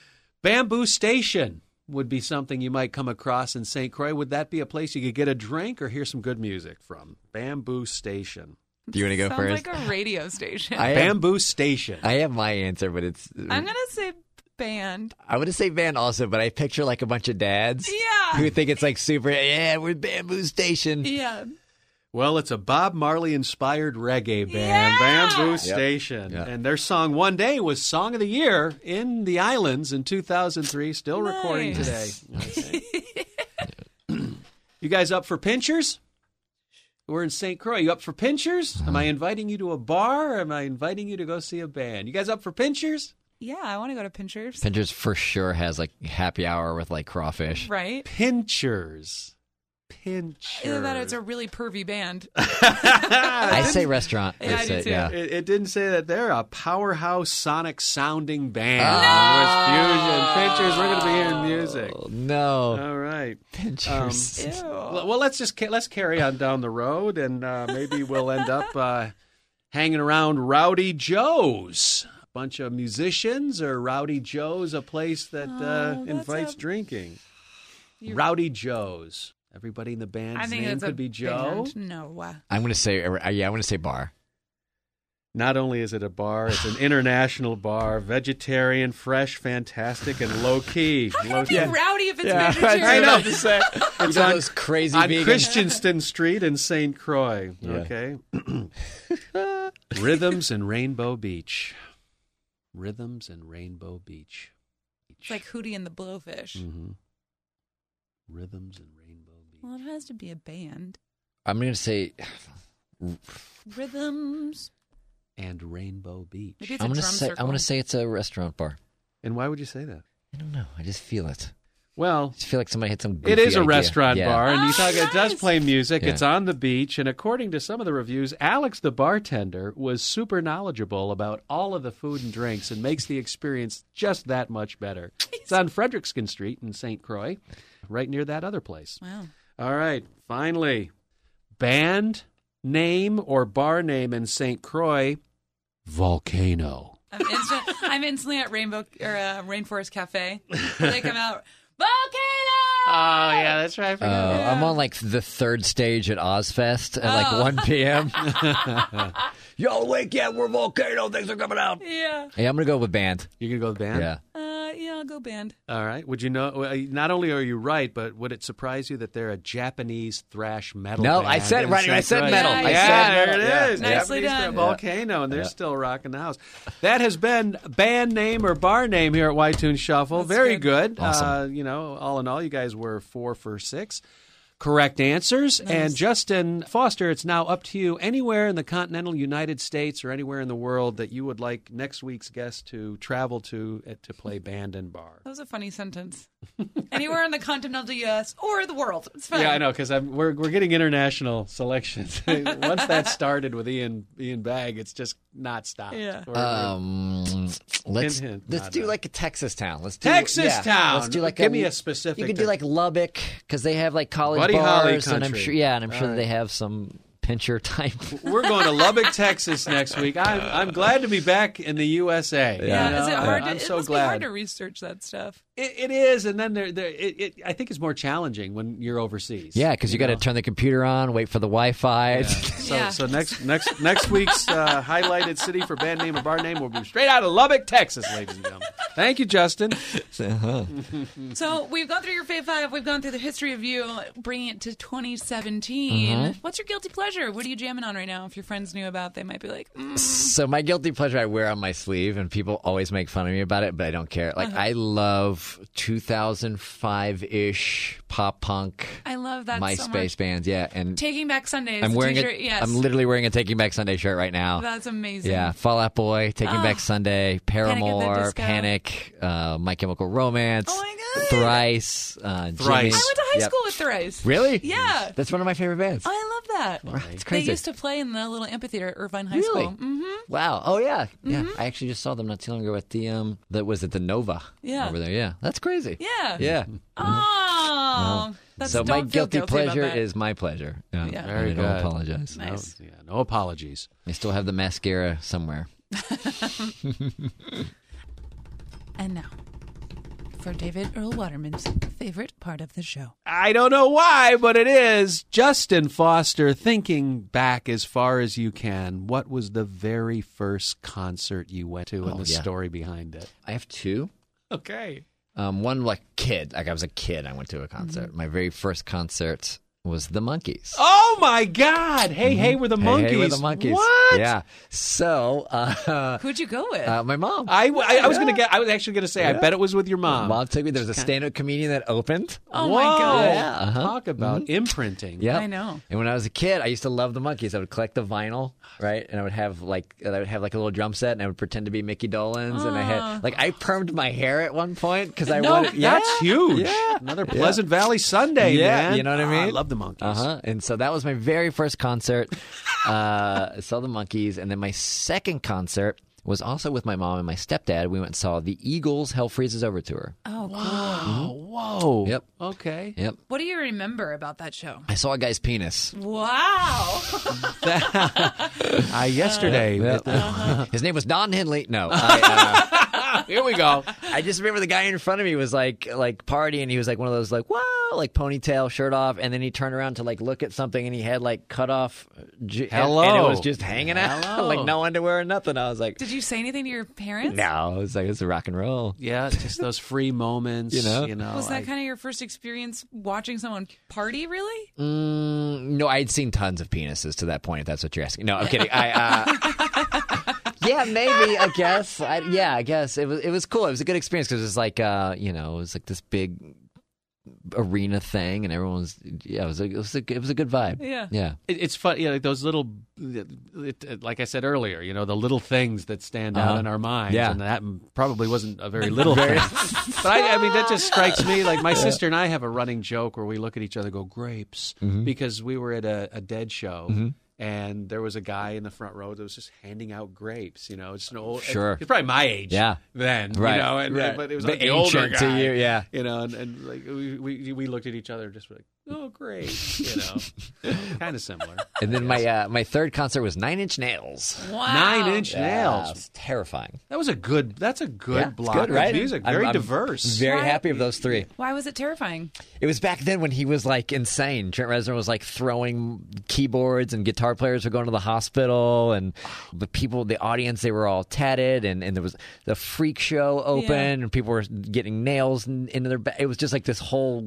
(laughs) Bamboo Station would be something you might come across in St. Croix. Would that be a place you could get a drink or hear some good music from? Bamboo Station. do you want to go Sounds first like a radio station. I am- Bamboo Station. I have my answer, but it's. I'm going to say band. I would say band also, but I picture like a bunch of dads. Yeah. Who think it's like super. Yeah, we're Bamboo Station. Yeah. well, it's a Bob Marley inspired reggae band, Yeah! Bamboo Yep. Station. Yeah. And their song One Day was Song of the Year in the Islands in 2003, still recording today. Nice. (laughs) You guys up for pinchers? We're in St. Croix. You up for pinchers? Am I Uh-huh. inviting you to a bar or am I inviting you to go see a band? You guys up for pinchers? Yeah, I want to go to Pinchers. Pinterest for sure has like happy hour with like crawfish. right? Pinchers. Pinchers. Either that or it's a really pervy (laughs) band. I say restaurant. Yeah, I do say- too. yeah. It, it didn't say that they're a powerhouse sonic sounding band Ah. with fusion. Pinchers, we're going to be hearing music. Oh, no. All right. Um, Pinterest. Well, well, let's just ca- let's carry on down the road, and uh, maybe we'll end up uh, hanging around Rowdy Joe's. A bunch of musicians, or Rowdy Joe's, a place that uh, Oh, that's invites a- drinking. Rowdy Joe's. Everybody in the band's I think name it's a could be Joe. band. No, uh, I'm going to say, uh, yeah, I'm going to say bar. Not only is it a bar, it's an international bar, vegetarian, fresh, fantastic, and low key. Low be rowdy if it's (laughs) vegetarian. I know. (laughs) It's on, those crazy on vegan- Christianston Street in St. Croix. Yeah. Okay. Rhythms and Rainbow Beach. Rhythms and Rainbow Beach. It's like Hootie and the Blowfish. hmm Rhythms and Rainbow Beach. Well, it has to be a band. I'm going to say, Rhythms. And Rainbow Beach. Maybe it's I'm a going to drum say, circle. I'm going to say it's a restaurant bar. And why would you say that? I don't know. I just feel it. Well, I just feel like somebody had some. It goofy is a idea. restaurant Yeah. bar, and Oh, you talk, it does nice. play music. Yeah. It's on the beach, and according to some of the reviews, Alex the bartender was super knowledgeable about all of the food and drinks, and makes the experience just that much better. It's on Frederickskin Street in St. Croix, right near that other place. Wow. All right, finally, band name or bar name in St. Croix, Volcano. I'm, instant, I'm instantly at Rainbow or uh, Rainforest Cafe. They come out. Volcano. Oh yeah, that's right. I Oh, forgot about I'm on like the third stage at Ozfest at like Oh. 1 (laughs) (laughs) p.m. Y'all awake yet? We're volcano. Things are coming out. Yeah. Hey, I'm gonna go with band. You're gonna go with band. Yeah. Uh, yeah. I'll go band. All right. Would you know? well, Not only are you right, but would it surprise you that they're a Japanese thrash metal? No, band I said in right. I St. said Croix? metal. Yeah, I yeah. said there metal. it Yeah. is. Yeah. Nicely Japanese done. thrash Volcano, and they're still rocking the house. That has been band name or bar name here at Whitune Shuffle. That's Very good. good. Uh, you know, all in all, you guys were four for six. Correct answers. And Justin Foster, it's now up to you anywhere in the continental United States or anywhere in the world that you would like next week's guest to travel to uh, to play band and bar. That was a funny sentence. Anywhere in the continental U.S. or the world, it's fine. Yeah, I know because we're we're getting international selections. (laughs) Once that started with Ian Ian Bag, it's just not stopped. Yeah. We're- we're- Um, let's Hint, hint, let's nod, do nod. like a Texas town. Let's do Texas yeah. town. Let's do like Give me a specific You can do to- like Lubbock because they have like college Buddy Holly bars, and I'm country. sure. Yeah, and I'm All sure right. they have some pincher type. (laughs) we're going to Lubbock, Texas next week. I'm I'm glad to be back in the USA. Yeah, You know, is it hard? To, I'm it so must glad. be hard to research that stuff. It, it is, and then there, there it, it, I think it's more challenging when you're overseas. yeah, because you, got to know? turn the computer on, wait for the Wi-Fi. So, Yeah. so next next next week's uh, highlighted city for band name or bar name will be straight out of Lubbock, Texas, ladies and gentlemen. Thank you, Justin. So we've gone through your fave five. We've gone through the history of you, bringing it to 2017. Mm-hmm. What's your guilty pleasure? What are you jamming on right now? If your friends knew about, they might be like, mm, (laughs) So my guilty pleasure I wear on my sleeve, and people always make fun of me about it, but I don't care. Like Uh-huh. I love 2005-ish pop punk "I love that so MySpace much." bands. Yeah, and Taking Back Sunday. Is I'm a wearing t-shirt. it. Yes, I'm literally wearing a Taking Back Sunday shirt right now. that's amazing. yeah, Fall Out Boy, Ah, Taking Back Sunday, Paramore, Disco. Panic, uh, My Chemical Romance, Oh my God. Thrice, uh, Thrice. Jimmy. I went to high Yep. school with Thrice. Really? Yeah. Um, That's one of my favorite bands. I love that. It's They crazy. used to play in the little amphitheater at Irvine High Really? School. hmm Wow. Oh yeah. Yeah. Mm-hmm. I actually just saw them not too long ago at the um that was at the Nova. Yeah. Over there. Yeah. That's crazy. Yeah. Yeah. Mm-hmm. Oh, that's so don't my feel guilty, guilty about pleasure that. is my pleasure. Yeah. Yeah. And Very I don't good. apologize. Nice. No, yeah, no apologies. I still have the mascara somewhere. Oh. And now for David Earl Waterman's favorite part of the show. I don't know why, but it is Justin Foster thinking back as far as you can. What was the very first concert you went to Oh, and the yeah. story behind it? I have two. Okay. Um, one like kid, like I was a kid. I went to a concert. Mm-hmm. My very first concert was the Monkees. Oh my God! Hey, hey, we're the Mm-hmm. Hey, monkeys. Hey, we're the monkeys. What? Yeah. So, uh, (laughs) Who'd you go with? uh, my mom. I, I, I was gonna get. I was actually gonna say. I bet it was with your my mom. mom took me. There was a stand-up comedian that opened. oh my God. Yeah, uh-huh. Talk about imprinting. Yeah, I know. And when I was a kid, I used to love the monkeys. I would collect the vinyl, right? And I would have like I would have like a little drum set, and I would pretend to be Mickey Dolenz. And I had like I permed my hair at one point because I Ah. No, wanted. Yeah. that's huge. Yeah. Another Pleasant Valley Sunday, Yeah, man. you know what I Ah, I mean? love the monkeys. Uh huh. And so that was my very first concert. uh, (laughs) I saw the monkeys, and then my second concert was also with my mom and my stepdad. We went and saw the Eagles. Hell freezes over tour. Oh, cool. Oh, whoa. Yep. Okay. Yep. What do you remember about that show? I saw a guy's penis. Wow. I yesterday. Uh, Uh-huh. (laughs) Yeah. His name was Don Henley. No, I, uh, Here we go. I just remember the guy in front of me was like like partying. He was like one of those like wow like ponytail shirt off, and then he turned around to like look at something, and he had like cut off. j- Hello. and, and it was just hanging out, (laughs) Hello. like no underwear or nothing. I was like, Did you say anything to your parents? no, it's like it's a rock and roll. Yeah, just those free moments. (laughs) You know? Was I- that kind of your first experience watching someone party? Really? Mm, no, I had seen tons of penises to that point. If that's what you're asking. No, I'm kidding. (laughs) I. Uh, Yeah, maybe. I guess. I, yeah, I guess it was. It was cool. It was a good experience because it was like, uh, you know, it was like this big arena thing, and everyone's. Yeah, it was. A, it was. A, it was a good vibe. Yeah. Yeah. It- it's fun, yeah. Like those little, it, it- like I said earlier, you know, the little things that stand out Uh-huh. in our minds, Yeah. and that probably wasn't a (laughs) very little thing. (laughs) but I, I mean, that just strikes me. Like my sister and I have a running joke where we look at each other, and go grapes, Mm-hmm. because we were at a, a dead show. And there was a guy in the front row that was just handing out grapes. You know, it's an old. Sure. he's probably my age. Yeah. then Right. you know, and, Right. but it was The like the older ancient to guy. you, yeah. you know, and, and like we, we we looked at each other and just were like, oh great, you (laughs) know, kind of similar. And then my uh, my third concert was Nine Inch Nails. Wow. Nine inch Yeah, nails. it's terrifying. That was a good. That's a good Yeah, it's block good, right? of music. I'm- Very I'm diverse. Very Why- happy of those three. Why was it terrifying? It was back then when he was like insane. Trent Reznor was like throwing keyboards, and guitar players were going to the hospital, and the people, the audience, they were all tatted, and, and there was the freak show open, and people were getting nails in- into their back. It was just like this whole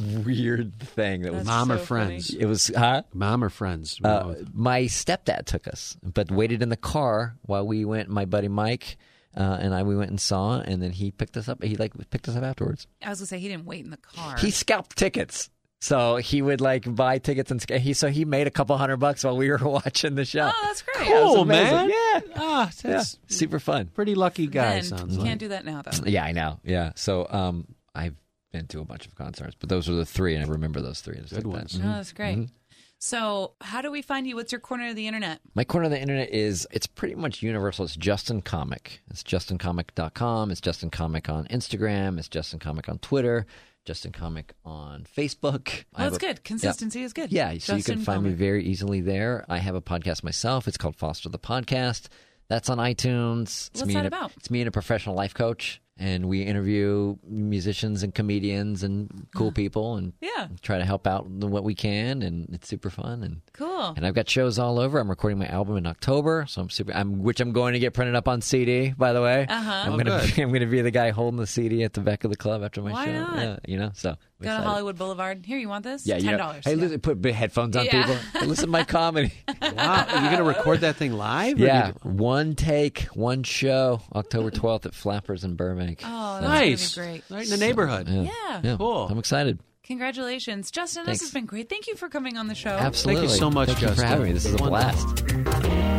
weird thing that was. That's- Mom or so friends. It was huh? Mom or friends. Uh, my stepdad took us, but waited in the car while we went. My buddy Mike uh, and I, we went and saw it, and then he picked us up. He like picked us up afterwards. I was gonna say he didn't wait in the car. He scalped tickets, so he would like buy tickets and sc- he so he made a couple hundred bucks while we (laughs) were watching the show. oh, that's great. It was Cool, amazing. man. Yeah, ah, yeah, that's super fun. pretty lucky guy. Then, sounds you like. can't do that now though. Yeah, I know. Yeah, so um, I've been to a bunch of concerts, but those are the three, and I remember those three. Good ones. No, Oh, that's great. Mm-hmm. So, how do we find you? What's your corner of the internet? My corner of the internet is it's pretty much universal. It's Justin Comic. It's justincomic.com. It's Justin Comic on Instagram. It's Justin Comic on Twitter. Justin Comic on Facebook. Well, I have that's a- good. Consistency is (laughs) good. Yeah, so you Justin can find me Comic. very easily there. I have a podcast myself. It's called Foster the Podcast. That's on iTunes. It's What's me that and a- about? It's me and a professional life coach, and we interview musicians and comedians and (gasps) cool people, and Yeah. try to help out in what we can, and it's super fun. And Cool. and I've got shows all over. I'm recording my album in October, so I'm super. I'm which I'm going to get printed up on CD. By the way, uh-huh. I'm gonna good. be, (laughs) I'm gonna be the guy holding the CD at the back of the club after my Why show. not? Yeah, you know, so I'm Go to excited. Hollywood Boulevard. Here, you want this? Yeah, you ten know, dollars. hey, listen, put big headphones on, Yeah. people. and Listen (laughs) to my comedy. Wow, you're gonna record that thing live? Or yeah, you- one take, one show, October 12th at Flappers in Burbank. Oh, that's nice. gonna be great. Right in the neighborhood. yeah, yeah. cool. I'm excited. Congratulations, Justin. Thanks. This has been great. Thank you for coming on the show. Absolutely. so much, Thank you for Justin. having me. This is a Wonderful. blast.